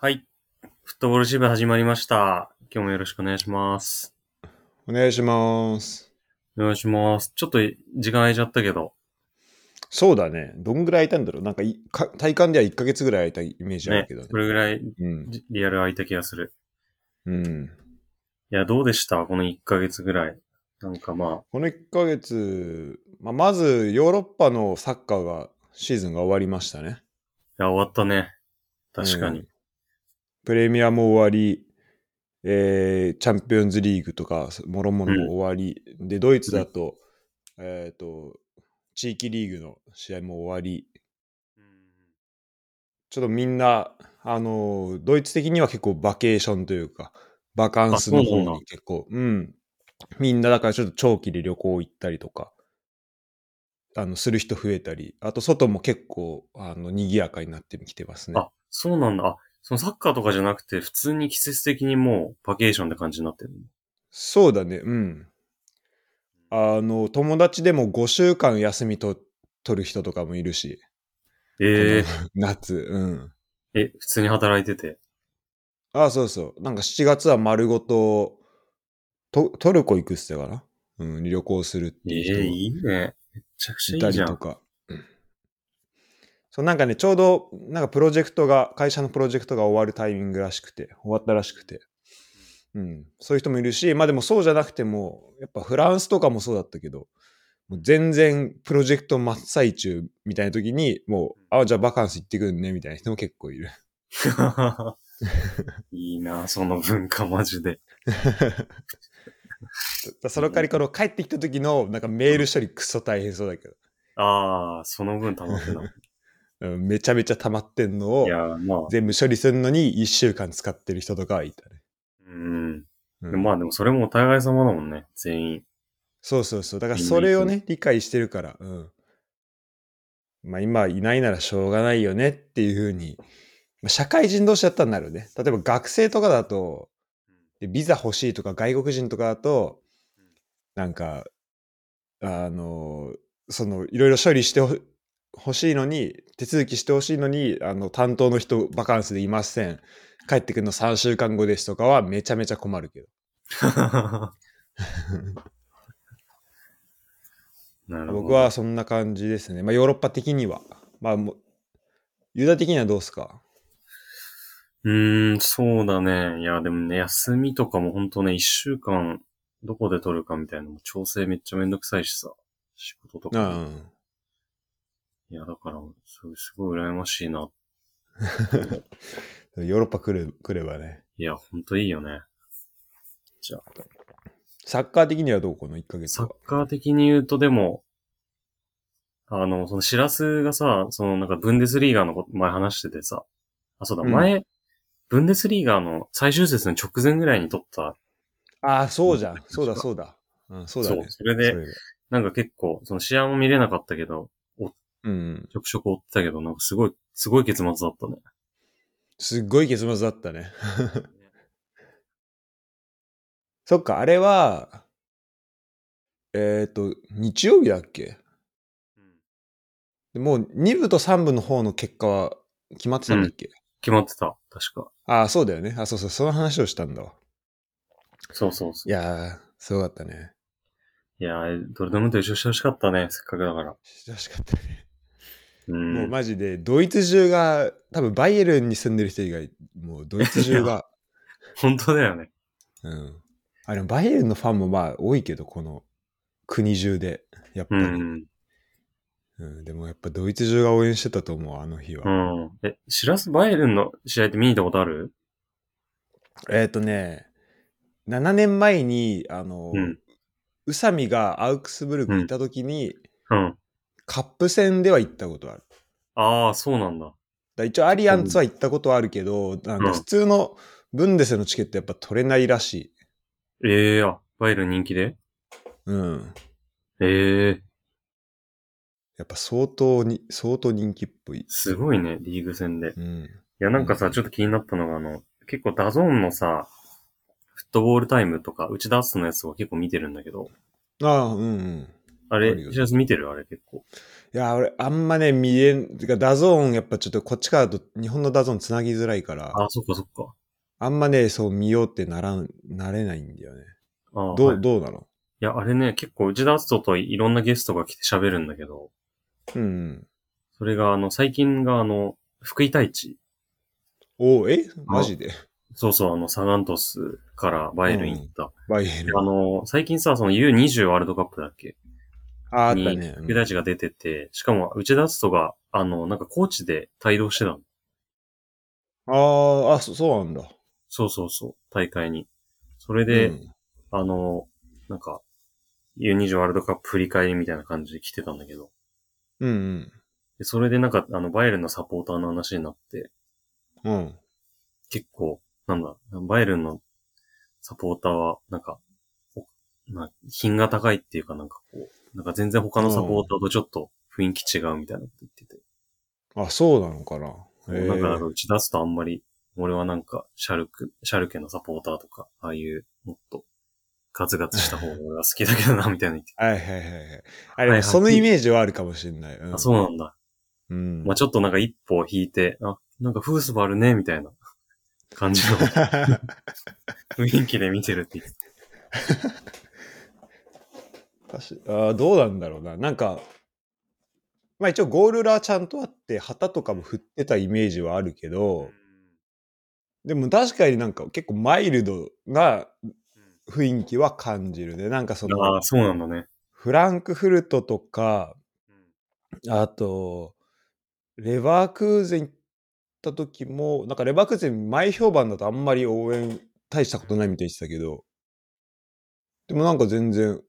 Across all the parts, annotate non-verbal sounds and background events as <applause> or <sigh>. はい。フットボール支部始まりました。今日もよろしくお願いします。お願いします。お願いします。ちょっと時間空いちゃったけど。そうだね。どんぐらい空いたんだろうなんかいか体感では1ヶ月ぐらい空いたイメージあねるけどね。。これぐらいうん。じリアル空いた気がする。うん。いや、どうでしたこの1ヶ月ぐらい。なんかまこの1ヶ月、まあ、まずヨーロッパのサッカーが、シーズンが終わりましたね。あ、いや、終わったね。確かに。うんプレミアも終わり、えーチャンピオンズリーグとか、もろもろも終わり、で、ドイツだと、えっ、と、地域リーグの試合も終わり、ちょっとみんな、あのードイツ的には結構バケーションというか、バカンスあのそう方なんだに結構、うん。みんなだからちょっと長期で旅行行ったりとか、あの、する人増えたり、あと外も結構、あの、賑やかになってきてますね。あ、そうなんだ。あ、そのサッカーとかじゃなくて、普通に季節的にもうバケーションって感じになってる。そうだね、うん。あの、友達でも5週間休みと取る人とかもいるし、え夏、うん。ええ、普通に働いてて。ああ、そうそう。なんか7月は丸ごと、とトルコ行くっすよかな。うん、旅行するってえいう人え、もいいね。めちゃくちいゃいたいじりゃとん。か。そうなんかね、ちょうど、なんかプロジェクトが、会社のプロジェクトが終わるタイミングらしくて、終わったらしくて。うん、そういう人もいるし、まあでもそうじゃなくても、やっぱフランスとかもそうだったけど、もう全然プロジェクト真っ最中みたいな時に、もう、あ、じゃあバカンス行ってくんね、みたいな人も結構いる。 <laughs> いいな、その文化マジで。だ <laughs> その代わりこの帰ってきた時のなんかメール処理クソ大変そうだけど、ああ、その分溜まってた。 <laughs> うんめちゃめちゃ溜まってんのいをやー、まあ、全部処理するのに1週間使ってる人とかはいたね。うん。うんまあでもそれもお互い様だもんね、全 <laughs> 員。そうそうそう。だからそれをね、理解してるから、うん。まあ今いないならしょうがないよねっていうふうに、まあ社会人同士だったらなるね。例えば学生とかだと、でビザ欲しいとか外国人とかだと、なんか、あの、その、いろいろ処理してほ欲しいのに、手続きしてほしいのに、あの、担当の人バカンスでいません。帰ってくるの3週間後ですとかはめちゃめちゃ困るけど。なるほど。僕はそんな感じですね。まあ、ヨーロッパ的には。まあ、もうユダ的にはどうですかうーん、そうだね。いや、でもね、休みとかもほんとね、一週間、どこで取るかみたいなのも調整めっちゃめんどくさいしさ。仕事とうか。ん。いや、だから、それすごい羨ましいな。ヨーロッパ来る来ればね。いや、ほんといいよね。サッカー的にはどうこの1ヶ月サはッ。カー的に言うと、でも、あの、その、シラスがさ、その、なんか、ブンデスリーガーのこと前話しててさ、あ、そうだ、うん前、ブンデスリーガーの最終節の直前ぐらいに撮った、ああ、そうじゃん。そうだ、そうだ。うん、そうだね。それでれがなんか結構、その、試合も見れなかったけど、うん。ちょくちょく追ってたけど、なんかすごい、すごい結末だったね。すっごい結末だったね。 <laughs> そっか、あれは、えっ、と、日曜日だっけでもう2部と3部の方の結果は決まってたんだっけ、決まってた、確か。ああ、そうだよね。あ、そうそう、その話をしたんだわ。そうそうそ。いうやー、すごかったね。いやー、ドルトムント優勝してほしかったね、せっかくだから。してほしかったね。うん。もうマジで、ドイツ中が、多分バイエルンに住んでる人以外、もうドイツ中が、本当だよね。うん。あれ、バイエルンのファンもまあ多いけど、この国中で、やっぱうり。ん。うんでもやっぱドイツ中が応援してたと思う、あの日は。うん。え、シラスバイエルンの試合って見に行ったことあるえっ、とね、7年前に、あの、うん。宇佐美がアウクスブルクにいた時に、うん。カップ戦では行ったことある。ああ、そうなんだ。だ一応アリアンツは行ったことはあるけど、なんうんか普通のブンデスのチケットやっぱ取れないらしい。ええあ、バイエルン人気でうん。ええやっぱ相当に、相当人気っぽい。すごいね、リーグ戦で。いうん。や、なんかうさ、んちょっと気になったのが、あの、結構ダゾーンのさ、フットボールタイムとか、内田篤のやつを結構見てるんだけど、ああ、うんうん。ああれるよ、ね知らず見てるあれ結構。いや、俺、あんまね、見えん、てか、ダゾーン、やっぱちょっとこっちからだと日本のダゾーンつなぎづらいから、あ、そっかそっか。あんまね、そう見ようってならん、なれないんだよね。あどう、はい、いどうなのや、あれね、結構内田篤人といろんなゲストが来て喋るんだけど、うんうん。それがあの、最近があの、福井太一。おうえマジでそうそう、あの、サガン鳥栖からバイエルン行った。バイエルン。あの、最近さ、その U20 ワールドカップだっけあ、あったにね。うん福井太一が出てて、しかも内田篤人が、あの、なんかコーチで帯同してたの。ああ、あ、そそうなんだ。そうそうそう、大会に。それで、うんあの、なんか、U20 ワールドカップ振り返りみたいな感じで来てたんだけど、うんでそれでなんか、あの、バイエルンのサポーターの話になって、うん。うん。結構、なんだ、バイエルンのサポーターは、なんか、おな品が高いっていうかなんかこう、なんか全然他のサポーターとちょっと雰囲気違うみたいなこと言ってて、あ、そうなのかな。へえなんかなんか打ち出すとあんまり、俺はなんか、シャルク、シャルケのサポーターとか、ああいう、もっと、ガツガツした方が俺は好きだけどな、みたいな言っ <laughs> てて。はいはいはいはい。あはいはれ、いそのイメージはあるかもしれない。あ、そうなんだ。うん。うん。まあ、ちょっとなんか一歩引いて、あ、なんかフースバルね、みたいな感じ <laughs> の雰囲気で見てるって言って。確かあーどうなんだろうな。なんか、まあ一応ゴールラーちゃんとあって、旗とかも振ってたイメージはあるけど、でも確かになんか結構マイルドな雰囲気は感じるね。なんかそあのあ、、そうなんだね。フランクフルトとか、あと、レバークーゼン行った時も、なんかレバークーゼン前評判だとあんまり応援大したことないみたいに言ってたけど、でもなんか全然、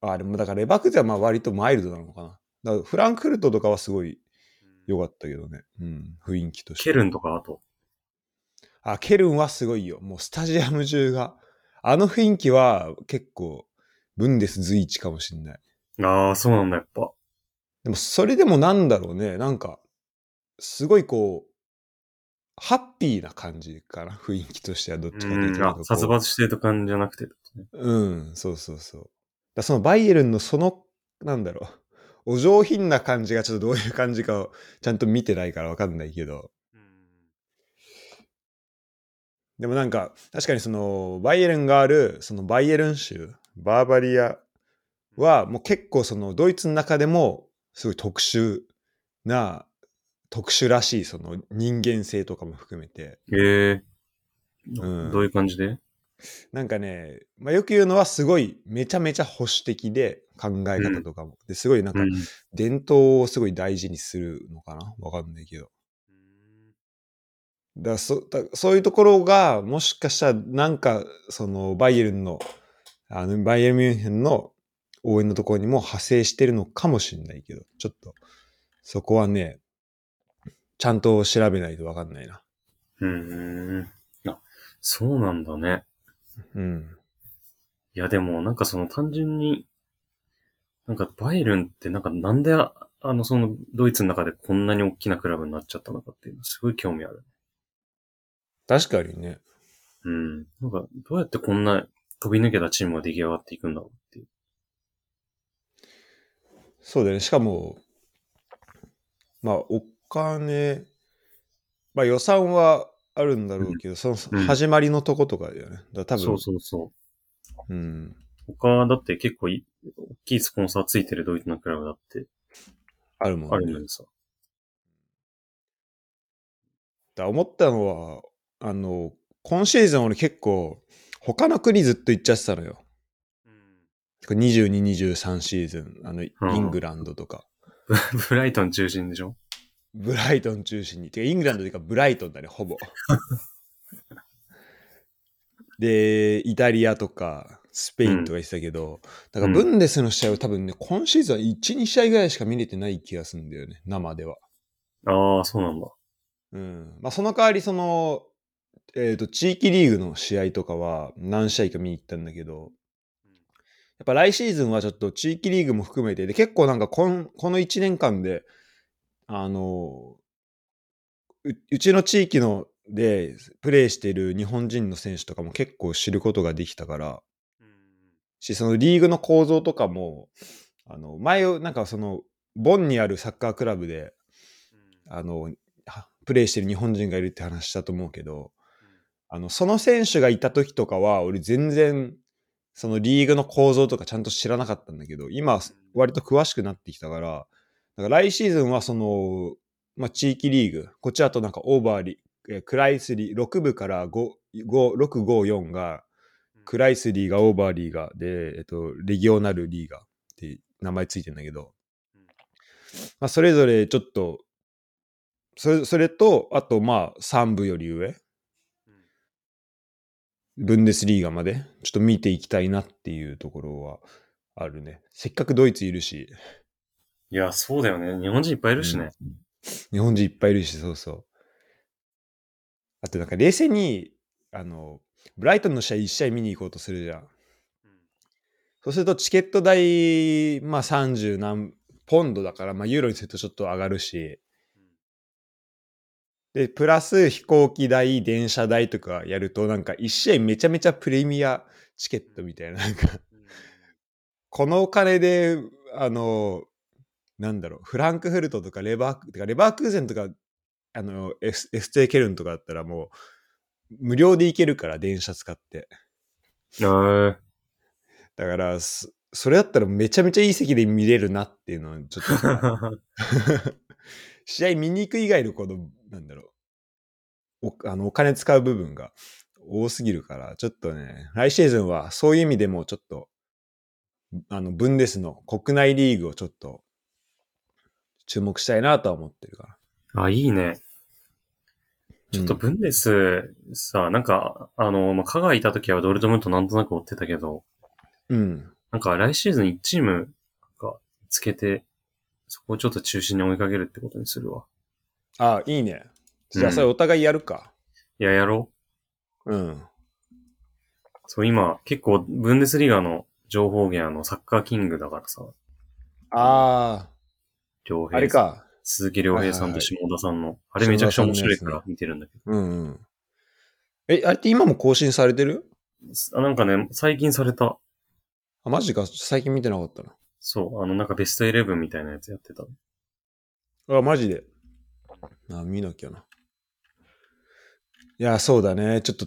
あ、でもだからレバークーゼンはまあ割とマイルドなのかな。だからフランクフルトとかはすごい良かったけどね。うん、雰囲気として。ケルンとか、あと。あ、ケルンはすごいよ。もうスタジアム中が。あの雰囲気は結構、ブンデス随一かもしんない。ああ、そうなんだ、やっぱ。、でもそれでもなんだろうね、なんか、すごいこう、ハッピーな感じかな、雰囲気としてはどっちかといううんと。あ、殺伐してると感じじゃなくて。うん、そうそうそう。だからそのバイエルンのその、なんだろう、お上品な感じがちょっとどういう感じかをちゃんと見てないからわかんないけど、でもなんか、確かにその、バイエルンがある、そのバイエルン州、バーバリアは、もう結構その、ドイツの中でも、すごい特殊な、特殊らしい、その、人間性とかも含めて、ええうんどういう感じでなんかね、まあ、よく言うのは、すごい、めちゃめちゃ保守的で、考え方とかも。ですごい、なんかう、ん。伝統をすごい大事にするのかなわかんないけど。だからそだそういうところがもしかしたらなんかそのバイエルンのあのバイエルンミュンヘンの応援のところにも派生してるのかもしれないけどちょっとそこはねちゃんと調べないとわかんないなうん。あ、そうなんだね。うんいや、でも、なんかその単純に、なんかバイエルンってなんかなんであ、あの、そのドイツの中でこんなに大きなクラブになっちゃったのかっていうのすごい興味ある。確かにねうん。なんか、どうやってこんな飛び抜けたチームが出来上がっていくんだろうっていう。そうだよねしかもまあお金まあ予算はあるんだろうけど、そのうん始まりのとことかだよねだから多分そうそうそうんう。他、だって結構い、大きいスポンサーついてるドイツのクラブだってあるもんねあるのにさ。だ思ったのはあの今シーズン俺結構他の国ずっと行っちゃってたのよ2223シーズンあのイうんングランドとか、 <laughs> ブライトン中心でしょブライトン中心にてかイングランドというかブライトンだね <laughs> ほぼでイタリアとかスペインとか言ってたけど、だからブンデスの試合は多分ね今シーズンは12試合ぐらいしか見れてない気がするんだよね生ではああ、そうなんだ。うんまあ、その代わりその、えー、と地域リーグの試合とかは何試合か見に行ったんだけどやっぱ来シーズンはちょっと地域リーグも含めてで結構なんかこんこの1年間であのううちの地域のでプレーしている日本人の選手とかも結構知ることができたからしそのリーグの構造とかもあの前をなんかそのボンにあるサッカークラブで、あの、はプレーしてる日本人がいるって話したと思うけど、あの、その選手がいた時とかは、俺全然、そのリーグの構造とかちゃんと知らなかったんだけど、今、割と詳しくなってきたから、だから来シーズンはその、まあ、地域リーグ、こっちだとなんかオーバーリ、えークライスリー、6部から5、5、6、5、4が、クライスリーがオーバーリーが、で、えっと、レギオナルリーガって名前ついてんだけどうん、まあ、それぞれちょっと、それ、それと、あと、まあ、3部より上、ブンデスリーガまで、ちょっと見ていきたいなっていうところはあるね。せっかくドイツいるし、いや、そうだよね。日本人いっぱいいるしね。日本人いっぱいいるし、そうそう。あとなんか冷静に、あの、ブライトンの試合1試合見に行こうとするじゃん。そうするとチケット代、まあ30何ポンドだから、まあユーロにするとちょっと上がるし、で、プラス飛行機代、電車代とかやると、なんか1試合めちゃめちゃプレミアチケットみたいな、なんかこのお金で、あの、なんだろう、フランクフルトとかレバーク、てかレバークーゼンとか、あの、エスエステケルンとかだったらもう、無料で行けるから、電車使って。うん。あだから、そそれだったらめちゃめちゃいい席で見れるなっていうのは、ち <laughs> ょっと、ー試合見に行く以外のこの、なんだろう、おあのお金使う部分が多すぎるから、ちょっとね、来シーズンはそういう意味でもちょっと、あの、ブンデスの国内リーグをちょっと、注目したいなとは思ってるから。あ、いいね。ちょっとうんブンデス、さ、なんか、あの、まあ、加賀いた時はドルトムントなんとなく追ってたけど、うん。なんか来シーズン1チームがつけて、そこをちょっと中心に追いかけるってことにするわ。あいいね。じゃうあ、んそれお互いやるか。いや、やろうん。う。そう、今、結構、ブンデスリーガの情報源、あの、サッカーキングだからさ、あ良あ、平あれさんか。鈴木良平さんとはい下田さんの、あれめちゃくちゃ面白いか下田ら見てるんだけうんうん。え、あれって今も更新されてるど。あなんかね、最近された、あ、マジか。最近見てなかったな。そう、あの、なんかベスト11みたいなやつやってた。あ、マジで。あ、見なきゃな。いや、そうだね。ちょっと、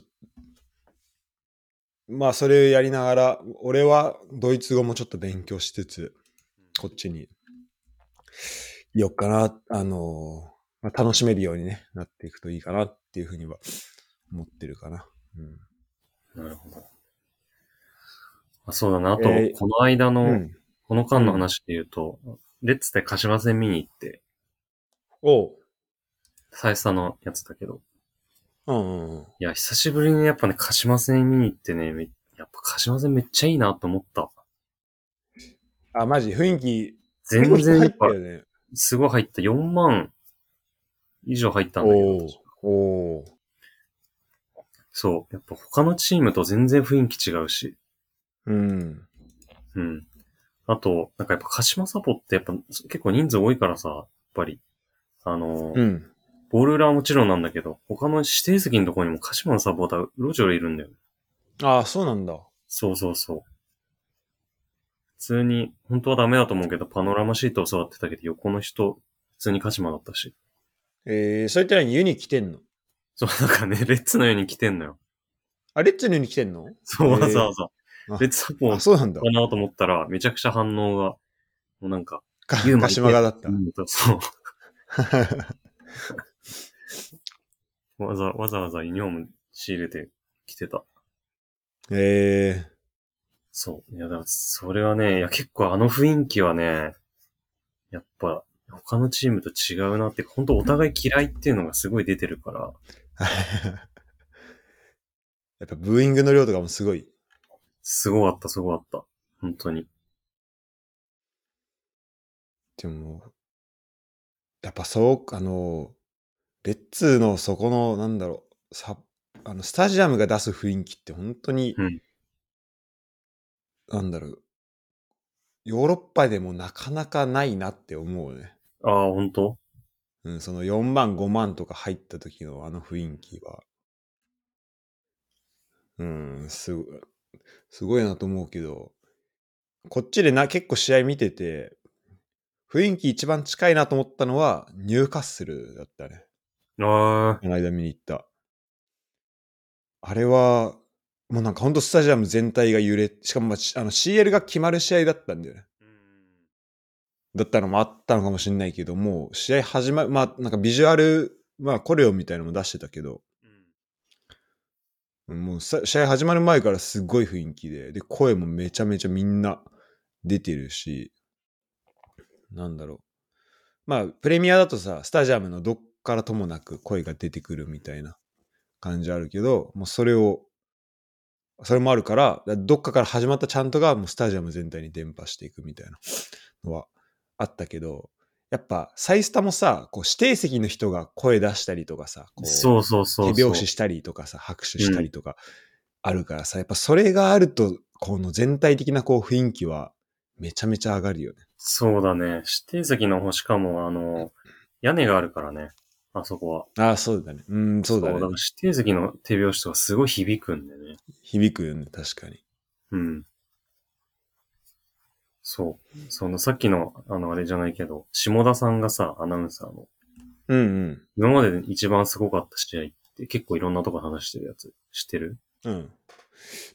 まあ、それをやりながら、俺はドイツ語もちょっと勉強しつつ、こっちに、いよっかな、あのーまあ、楽しめるようにね、なっていくといいかなっていうふうには思ってるかな。うん。なるほど。あそうだな。あと、えーこの間の、うん、この間の話で言うと、レッツで鹿島戦見に行って、おう。サイスタのやつだけど、うんうんうん。いや、久しぶりにやっぱね、鹿島戦見に行ってね、めやっぱ鹿島戦めっちゃいいなと思った。あ、マジ、雰囲気、全然や入っっぱた、よね。すごい入った。4万以上入ったんだけおどー、おーそう。やっぱ他のチームと全然雰囲気違うし、うん。うん。あと、なんかやっぱ鹿島サポってやっぱ結構人数多いからさ、やっぱり、あのーうん。ボール裏はもちろんなんだけど、他の指定席のところにも鹿島のサポーター、うろちょろいるんだよね。ああ、そうなんだ。そうそうそう。普通に、本当はダメだと思うけど、パノラマシートを座ってたけど、横の人、普通に鹿島だったし。えー、それって何湯に来てんのそう、なんかね、レッツのように来てんのよ。あ、レッツの湯に来てんのそう、へーわざわざ。あレッツサポーあ、トそうなんだ。かなと思ったら、めちゃくちゃ反応が、もうなんか、かユーマ鹿島がだったう。んそう。あわざわざわざユニフォーム仕入れてきてた。 <laughs> えそう。いや、だからそれはね、いや、結構あの雰囲気はね、やっぱ、他のチームと違うなって、本当お互い嫌いっていうのがすごい出てるから、ー。 <laughs> やっぱブーイングの量とかもすごい。すごかった、すごかった。本当に。でも、やっぱそう、あの、レッツのそこの、なんだろう、さあのスタジアムが出す雰囲気って本当に、うんなんだろう、ヨーロッパでもなかなかないなって思うね。ああ、本当うん、その4万、5万とか入った時のあの雰囲気は、うん、すごすごいなと思うけど、こっちでな、結構試合見てて、雰囲気一番近いなと思ったのは、ニューカッスルだったね。ああ、この間見に行った。あれは、もうなんかほんとスタジアム全体が揺れ、しかもまあしあの CL が決まる試合だったんだよね。だったのもあったのかもしれないけど、もう試合始まる、まあなんかビジュアル、まあコレオみたいなのも出してたけど、もうさ試合始まる前からすごい雰囲気で、で、声もめちゃめちゃみんな出てるし、なんだろう。まあ、プレミアだとさ、スタジアムのどっからともなく声が出てくるみたいな感じあるけど、もうそれを、それもあるから、だどっかから始まったチャントがもうスタジアム全体に伝播していくみたいなのはあったけど、やっぱ、サイスタもさ、こう指定席の人が声出したりとかさ、こそうそうそうそう。手拍子したりとかさ、拍手したりとかあるからさ、やっぱそれがあると、この全体的なこう雰囲気はめちゃめちゃ上がるよね。そうだね。指定席の星かも、あの、屋根があるからね。あそこは。ああ、そうだね。うん、そうだね。から指定席の手拍子とかすごい響くんでね。響くよね、確かに。うん。そう。そのさっきの、あの、あれじゃないけど、下田さんがさ、アナウンサーの、うんうん。今までで一番すごかった試合って結構いろんなとこ話してるやつ、知ってるうん。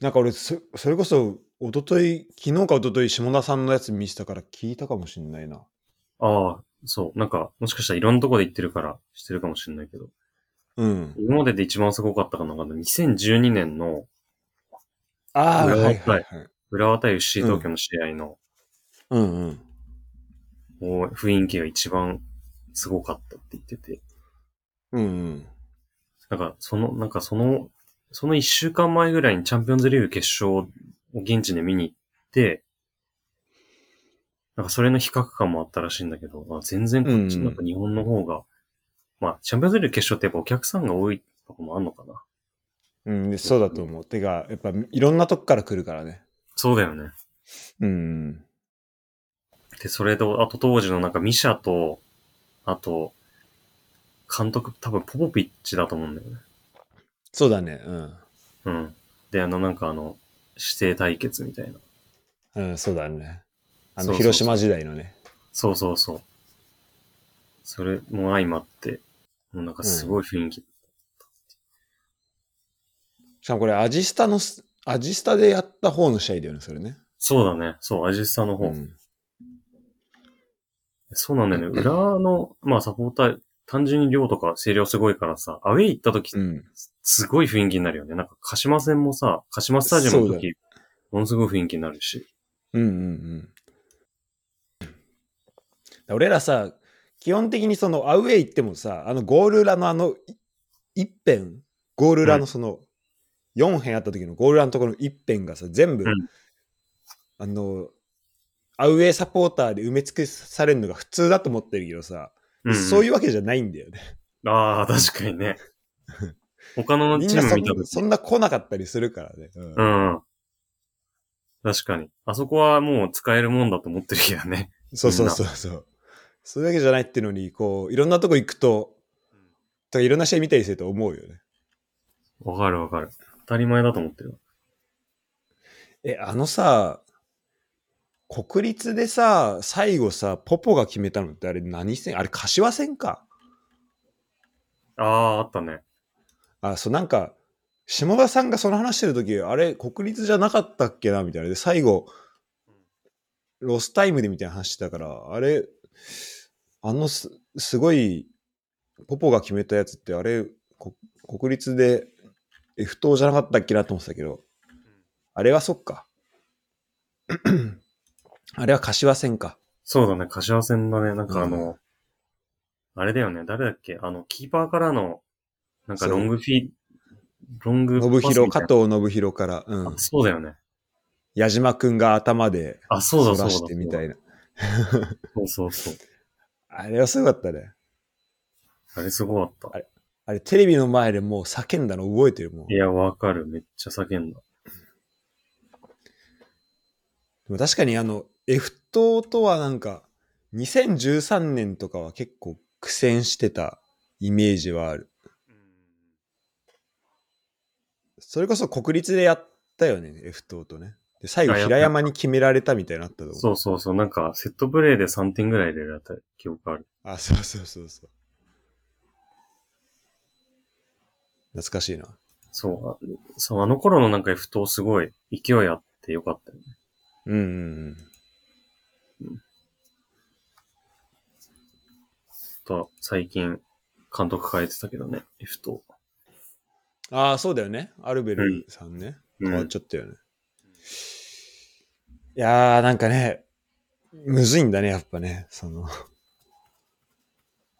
なんか俺そ、それこそ、一昨日昨日か一昨日下田さんのやつ見せたから聞いたかもしんないな。ああ、そう。なんか、もしかしたらいろんなとこで言ってるから、知ってるかもしれないけど、うん。今までで一番すごかったかなあの2012年のああ、うはんいはいはい。浦和対 FC 東京の試合の、うんうん。もう雰囲気が一番すごかったって言ってて、うんうん。なんか、その、なんかその、その一週間前ぐらいにチャンピオンズリーグ決勝を現地で見に行って、なんかそれの比較感もあったらしいんだけど、あ全然こっち、うんうんなんか日本の方が、まあ、チャンピオンズリーグ決勝ってやっぱお客さんが多いとこもあんのかな。うん、でそうだと思う。てか、やっぱいろんなとこから来るからね。そうだよね。うん。で、それと、あと当時のなんかミシャと、あと、監督多分ポポピッチだと思うんだよね。そうだね。うん。うん。で、あのなんかあの、指定対決みたいな。うん、そうだね。あそうそうその、う広島時代のね。そうそうそう。それも相まって、もうなんかすごい雰囲気。しかもこれ、アジスタのす、アジスタでやった方の試合だよね、それね。そうだね。そう、アジスタの方。うん。そうなんだよね。裏の、まあサポーター、単純に量とか声量すごいからさ、アウェイ行った時、うん。すごい雰囲気になるよね。なんか鹿島戦もさ、鹿島スタジアムのそうだ時、ものすごい雰囲気になるし。うんうんうん。俺らさ、基本的にそのアウェイ行ってもさ、あのゴール裏のあの、い一辺、ゴール裏のその、4辺あった時のゴール裏のところの一辺がさ、全部、うんあの、アウェイサポーターで埋め尽くされるのが普通だと思ってるけどさ、うん、そういいうわけじゃないんだよね。う。ああ、確かに <laughs> ね。他のみチんなームそ見たん時そんな来なかったりするからね。うんうん。確かに。あそこはもう使えるもんだと思ってるけどね。そうそうそうそう。そういうわけじゃないっていうのに、こう、いろんなとこ行くと、とかいろんな試合見たりすると思うよね。わかるわかる。当たり前だと思ってる。え、あのさ、国立でさ、最後さ、ポポが決めたのってあれ何戦あれ柏戦か。ああ、あったね。あ、そう、なんか、下田さんがその話してる時あれ国立じゃなかったっけなみたいな。で、最後、ロスタイムでみたいな話してたから、あれ、あのす、すごい、ポポが決めたやつって、あれ、こ国立で F 等じゃなかったっけなと思ってたけど、あれはそっか。 <clears throat> あれは柏戦か。そうだね、柏戦だね。なんかあの、うあれだよね、誰だっけあの、キーパーからの、なんかそうロングフィー、ロングパス信弘、みたいな加藤信弘から、うあん。そうだよね。矢島くんが頭で、あ、そうだそうだ。してみたいな。そうそうそう。あれはすごかったね。あれすごかった。あれ、テレビの前でもう叫んだの覚えてるもん。いでや、わかる。めっちゃ叫んだ。も確かにあの、F 党とはなんか、2013年とかは結構苦戦してたイメージはある。それこそ国立でやったよね、F 党とね。で、最後平山に決められたみたいになったと思う。そうそうそう。なんか、セットプレーで3点ぐらい入れられた記憶ある。あ、そうそうそうそう。懐かしいな。そうあ。そう、あの頃のなんか F 党すごい勢いあってよかったよね。うんうんと、最近、監督変えてたけどね、F 党。うん。ああ、そうだよね。アルベルさんね。うん変わっちゃったよね。いやー、なんかね、むずいんだね、やっぱね。その、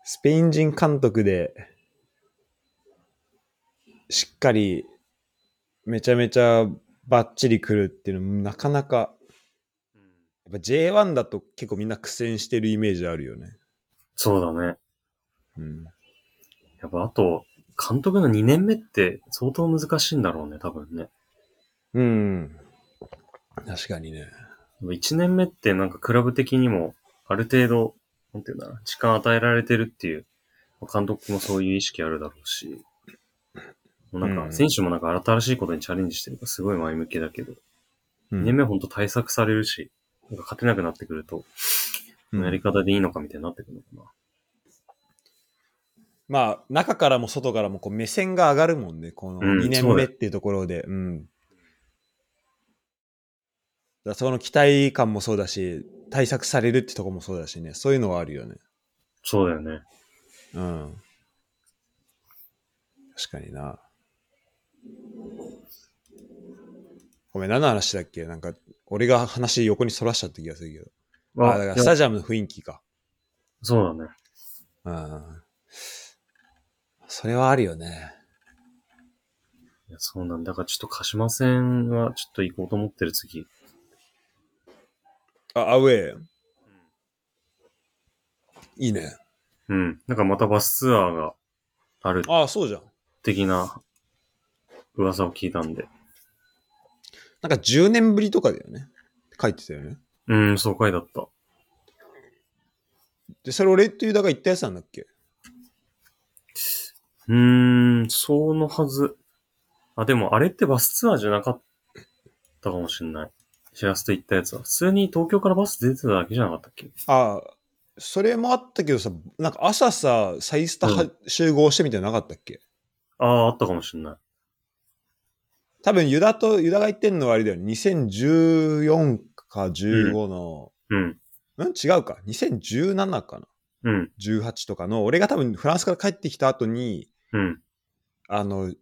スペイン人監督で、しっかり、めちゃめちゃバッチリ来るっていうのなかなか、やっぱ J1 だと結構みんな苦戦してるイメージあるよね。そうだね。うん。やっぱあと、監督の2年目って相当難しいんだろうね、多分ね。うん。確かにね。 1年目ってなんかクラブ的にも、ある程度、なんていうんだろうな、時間与えられてるっていう、監督もそういう意識あるだろうし、もうなんうんか、選手もなんか新しいことにチャレンジしてるからすごい前向きだけど、う2ん年目ほんと対策されるし、なんか勝てなくなってくると、このやり方でいいのかみたいになってくるのかな。まあ、中からも外からもこう目線が上がるもんね、このうん2年そうだ目っよていうところで。うん。だからその期待感もそうだし、対策されるってとこもそうだしね、そういうのはあるよね。そうだよね。うん。確かにな。ごめん、何の話だっけなんか、俺が話横にそらしちゃった気がするけど。あ、だからスタジアムの雰囲気か。そうだね。うん。それはあるよね。いやそうなんだ。だからちょっと鹿島戦はちょっと行こうと思ってる次。あ、アウェー。いいね。うん。なんかまたバスツアーがあるああ、そうじゃん。的な噂を聞いたんで。なんか10年ぶりとかだよね。書いてたよね。うん、そう書いてあった。で、それ俺っていうだから言ったやつなんだっけうーん、そうのはず。あ、でもあれってバスツアーじゃなかったかもしんない。知らせと行ったやつは。普通に東京からバス出てただけじゃなかったっけああ、それもあったけどさ、なんか朝さ、サイスタは集合してみたいなのなかったっけ、ああ、あったかもしんない。多分ユダと、ユダが言ってんのはあれだよね。2014か15の、うん。うん、違うか。2017かな。うん。 18とかの、俺が多分フランスから帰ってきた後に、うん。あの、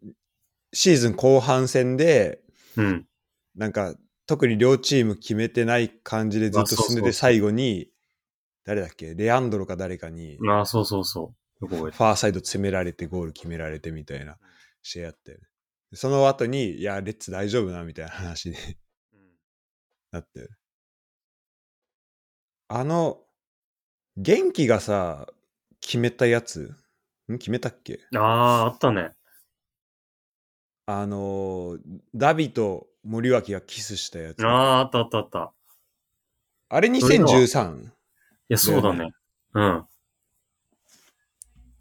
シーズン後半戦で、うん。なんか、特に両チーム決めてない感じでずっと進んであそうそうそて、う最後に、誰だっけ、レアンドロか誰かに、フああ、そうそうそう。よく覚えてるァーサイド詰められてゴール決められてみたいな試合やって、その後に、いや、レッツ大丈夫なみたいな話に <laughs> なって。あの、元気がさ、決めたやつ、ん決めたっけああ、あったね。あの、ダビと森脇がキスしたやつ。あああ、あったあったあった。れ 2013? いや、そうだだよね。うん。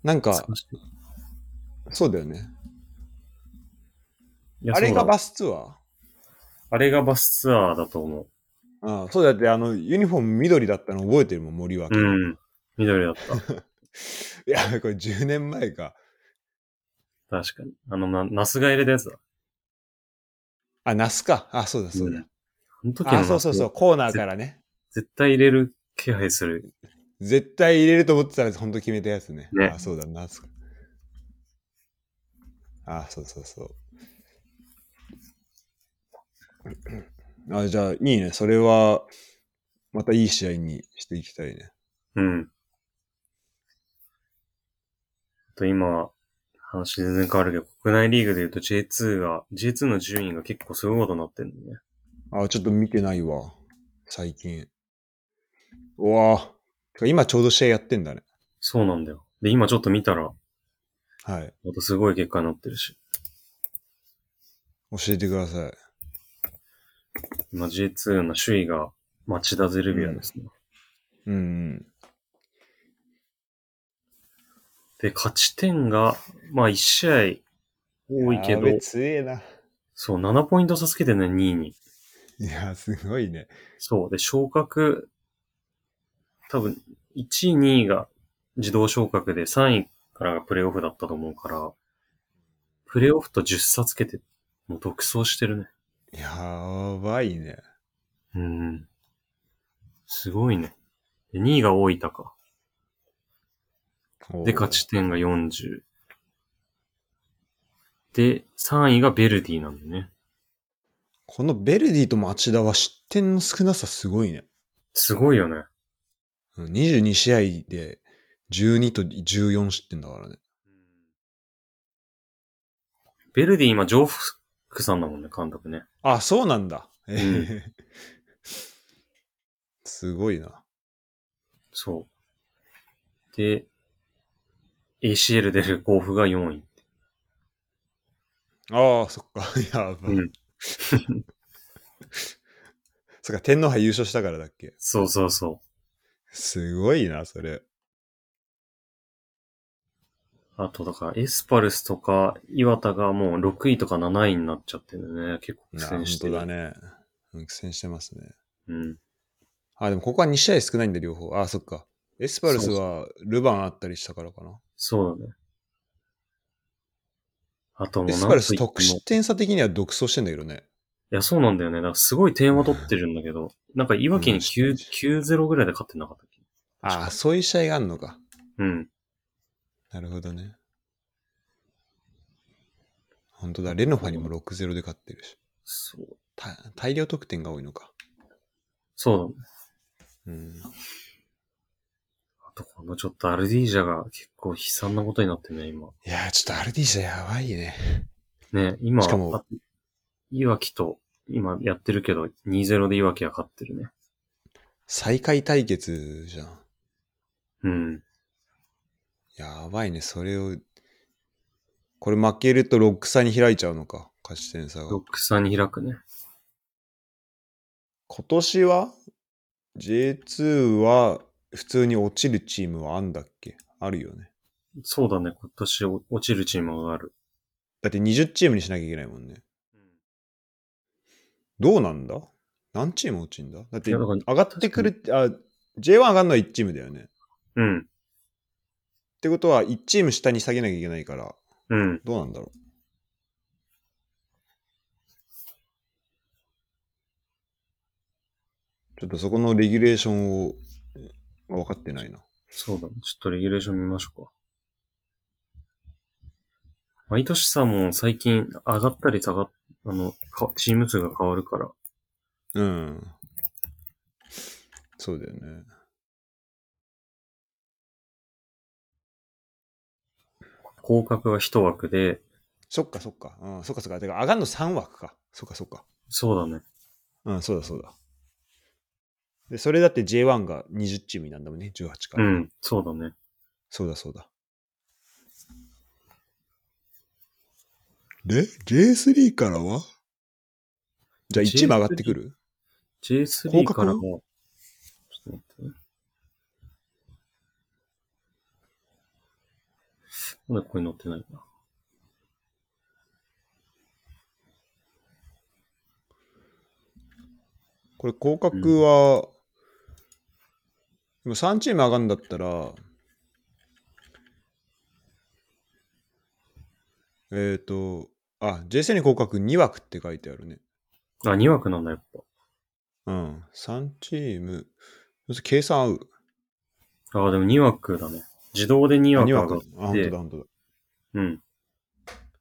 なんか、少しいそうだよね。やあれがそうだバスツアーあれがバスツアーだと思ああそうだって、あの、ユニフォーム緑だったの覚えてるもん、森う。脇。うん。緑だった。いや、これ10年前か。 <laughs> 確かに。あの、な、ナスが入れたやつだ。あ、ナスか。あ、そうだ、そうだ。うんあの時のあ、ナスそうそうそう、コーナーからね。絶対入れる気配する。絶対入れると思ってたら、ほんと決めたやつね。ねあ、そうだ、ナスか。あ、そうそうそう。あ、じゃあ、いいね。それは、またいい試合にしていきたいね。うん。あと今、話全然変わるけど、国内リーグで言うと J2 が、J2 の順位が結構すごいことになってんだね。あ、ちょっと見てないわ。最近。うわぁ。てか今ちょうど試合やってんだね。そうなんだよ。で、今ちょっと見たら、はい。またすごい結果になってるし。教えてください。今 J2 の首位が町田ゼルビアですね。うんうん。で、勝ち点が、まあ1試合多いけどや、べ強えな。そう、7ポイント差つけてね、2位に。 <laughs> いや、すごいね。そう。で、昇格、多分、1位、2位が自動昇格で、3位からがプレイオフだったと思うから、プレイオフと10差つけて、もう独走してるね。やばいね。うん。すごいね。で2位が大分か。で、勝ち点が40。で、3位がベルディなんだよね。このベルディと町田は失点の少なさすごいね。すごいよね。うん22試合で12と14失点だからね。ベルディ今、ジョーフクさんだもんね、監督ね。あ、そうなんだ。えへうへ <laughs> すごいな。そう。で、ACL 出る甲府が4位。ああ、そっか。 <laughs> やばい。うんそっか、天皇杯優勝したからだっけ。そうそうそすごいな、それ。う。あと、だから、エスパルスとか、岩田がもう6位とか7位になっちゃってるね。結構苦な戦本して当る。だね。うん苦戦してますね。うん。あ、でもここは2試合少ないんだ、両方。あ、そっか。エスパルスはルヴァンあったりしたからかな。そうだね。あともうエスなパんルとスいっても得失点差的には独走してんだけどね。いや、そうなんだよね。だからすごい点は取ってるんだけど、なんかいわきに9、9-0ぐらいで勝ってなかったっけああ、そういう試合があるのか。うん。なるほどね。本当だ、レノファにも6-0で勝ってるし。そう。た大量得点が多いのか。そうだね。うん。あと、このちょっとアルディージャが結構悲惨なことになってね、今。いやー、ちょっとアルディージャやばいね。ね、今、しかもあいわきと、今やってるけど、2-0でいわきは勝ってるね。最下位対決じゃん。うん。やばいね、それを。これ負けると6差に開いちゃうのか、勝ち点差が。 6差に開くね。今年は ?J2 は普通に落ちるチームはあんだっけあるよね。そうだね、今年お落ちるチームがある。だって20チームにしなきゃいけないもんね。どうなんだ何チーム落ちんだだっていや上だからがってくるって、あ、J1 上がるのは1チームだよね。っうん。てことは1チーム下に下げなきゃいけないから、うん。どうなんだろう。ちょっとそこのレギュレーションをが分かってないな。そうだね。ちょっとレギュレーション見ましょうか。毎年さ、もう最近上がったり下がっ、あの、かチーム数が変わるから、うん。そうだよね。降格が一枠で、そっかそっか。うん、そっかそっか。てか上がるの3枠か。そっかそっか。そうだね。うん、そうだそうだ。で、それだって J1 が20チームになんだもんね、18から。うん、そうだね。そうだそうだ。で、J3 からはじゃあ J3 1チーム上がってくる J3 降格からも、ちょっと待ってね。まだここに載ってないな。これ降格は、でも3チーム上がるんだったら、えっ、と、あ、J3 に降格2枠って書いてあるね。あ、2枠なんだ、やっうん。3チーム。要するに計算合う。ぱ。あ、でも2枠だね。自動で2あ枠2上枠があっ、本当だ、本当だ。うん、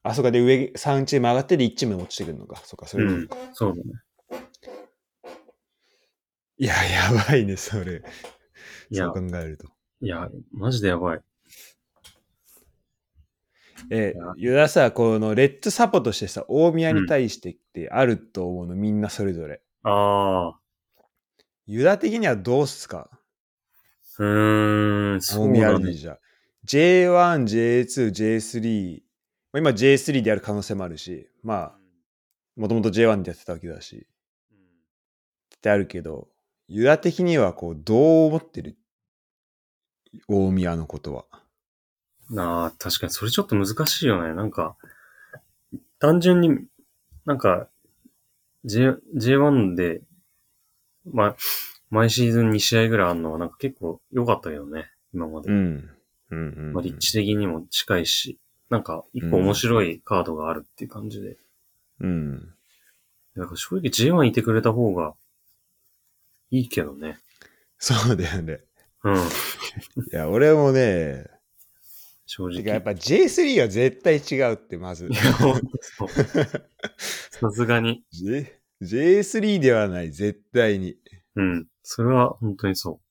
あ、そうか。で、上3チーム上がって、で1チーム落ちてくるのか。そうか、そうれで、ん、そうだね。いや、やばいね、それ。いそうや考、えると。いや、マジでやばい。えいや、ユダさ、このレッツサポとしてさ、大宮に対してってあると思うの、みんなそれぞれ。あユダ的にはどうっすかー、うーん、そ大う宮アだルディね。じゃ。J1、J2、J3。まあ今 J3 でやる可能性もあるし、まあ、もともと J1 でやってたわけだし。ってあるけど、ユダ的にはこう、どう思ってる大宮のことは。なあ、確かにそれちょっと難しいよね。なんか、単純に、なんか、 J、J1 で、まあ、毎シーズン2試合ぐらいあるのはなんか結構良かったけどね、今まで。うん。うんうんうんまあ、立地的にも近いし、なんか一個面白いカードがあるっていう感じで。うん。なんか正直 J1 いてくれた方がいいけどね。そうだよね。うん。いや、俺もね、正直。てかやっぱ J3 は絶対違うって、まずい。やほんと <laughs> そうさすがに。 J- J3 ではない、絶対に。うん。それは本当にそ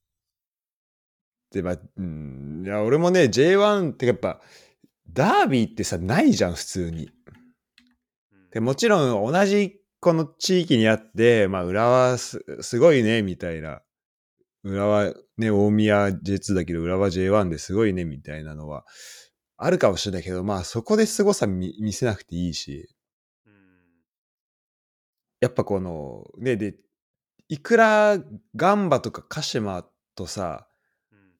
で、まあ、うん、いや、俺もね、J1 ってかやっぱ、ダービーってさ、ないじゃん、普通に。う。でもちろん同じこの地域にあって、まあ、浦和すすごいね、みたいな。浦和、ね、大宮 J2 だけど、浦和 J1 ですごいね、みたいなのは、あるかもしれないけど、まあ、そこで凄さ見見せなくていいし、やっぱこの、ね、で、いくらガンバとか鹿島とさ、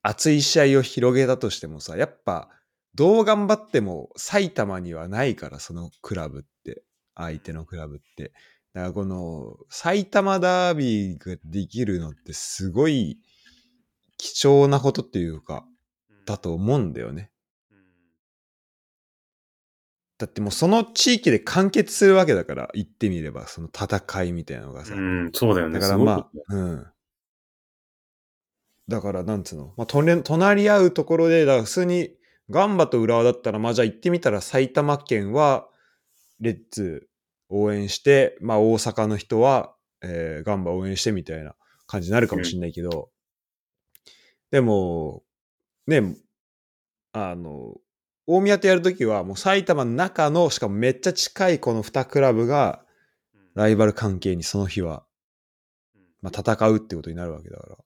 熱い試合を広げたとしてもさ、やっぱ、どう頑張っても埼玉にはないから、そのクラブって、相手のクラブって。だからこの埼玉ダービーができるのってすごい貴重なことっていうか、だと思うんだよね。だってもうその地域で完結するわけだから、言ってみれば、その戦いみたいなのがさ。うん、そうだよね。だからすごいまあ、うん。だから、なんつうの、まあ、とれ隣り合うところで、だから普通に、ガンバと浦和だったら、まあじゃあ行ってみたら埼玉県は、レッツ応援して、まあ大阪の人は、えーガンバ応援してみたいな感じになるかもしれないけど、でも、ね、あの、大宮とやるときは、もう埼玉の中の、しかもめっちゃ近いこの2クラブが、ライバル関係にその日はまあ、戦うってことになるわけだから、やっ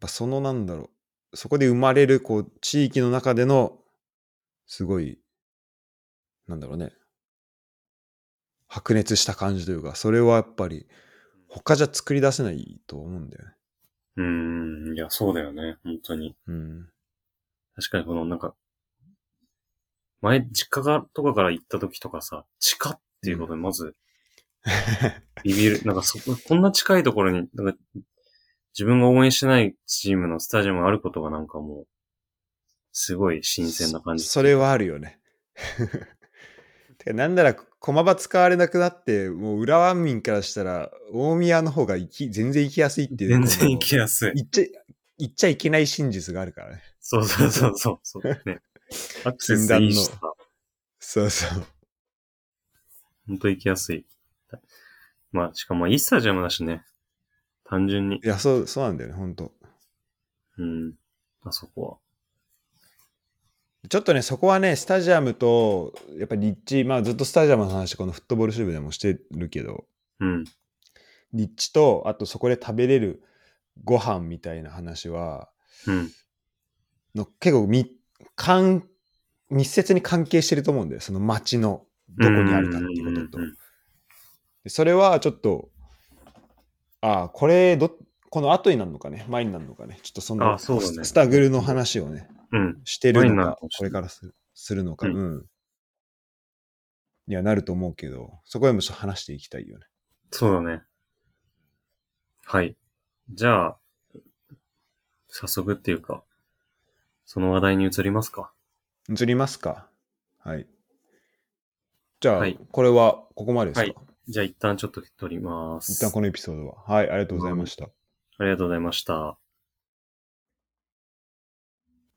ぱそのなんだろう、そこで生まれる、こう、地域の中での、すごい、なんだろうね、白熱した感じというか、それはやっぱり、他じゃ作り出せないと思うんだよね。うん、いや、そうだよね。本当に。うん。確かにこのなんか、前、実家が、とかから行った時とかさ、地下っていうことでまず、ビビる。なんかそこ、こんな近いところに、なんか、自分が応援してないチームのスタジアムがあることがなんかもう、すごい新鮮な感じ。そそれはあるよね。 <laughs> てかなんなら、駒場使われなくなって、もう浦和民からしたら、大宮の方が行き、全然行きやすいっていう。全然行きやすい。行っちゃ、行っちゃいけない真実があるからね。そうそうそうそうそう。ね。アクセスいいしさ、そうそう。ほんと行きやすい。まあ、しかもいいスタジアムだしね。単純に。いや、そう、そうなんだよね、本当うん。あそこちょっとね、そこはね、スタジアムと、やっぱり立地、まあずっとスタジアムの話、このフットボール支部でもしてるけど、は。うん。立地と、あとそこで食べれるご飯みたいな話は、うん。の結構み、関密接に関係してると思うんだよ、その街のどこにあるかっていうことと。うんでそれはちょっと、ああ、これど、この後になるのかね、前になるのかね、ちょっとそのあそうだねスタグルの話をね、うんうん。してる前にのなるかかも、しこれれなからするするのか、ううんん。いや、なると思うけど、そこでもちょっと話していきたいよね。そうだね。はい。じゃあ、早速っていうか、その話題に移りますか。移りますかはい。じゃあ、はいこれはここまでですか、はいじゃあ一旦ちょっと取ります。一旦このエピソードは。はい、ありがとうございました。ありがとうございました。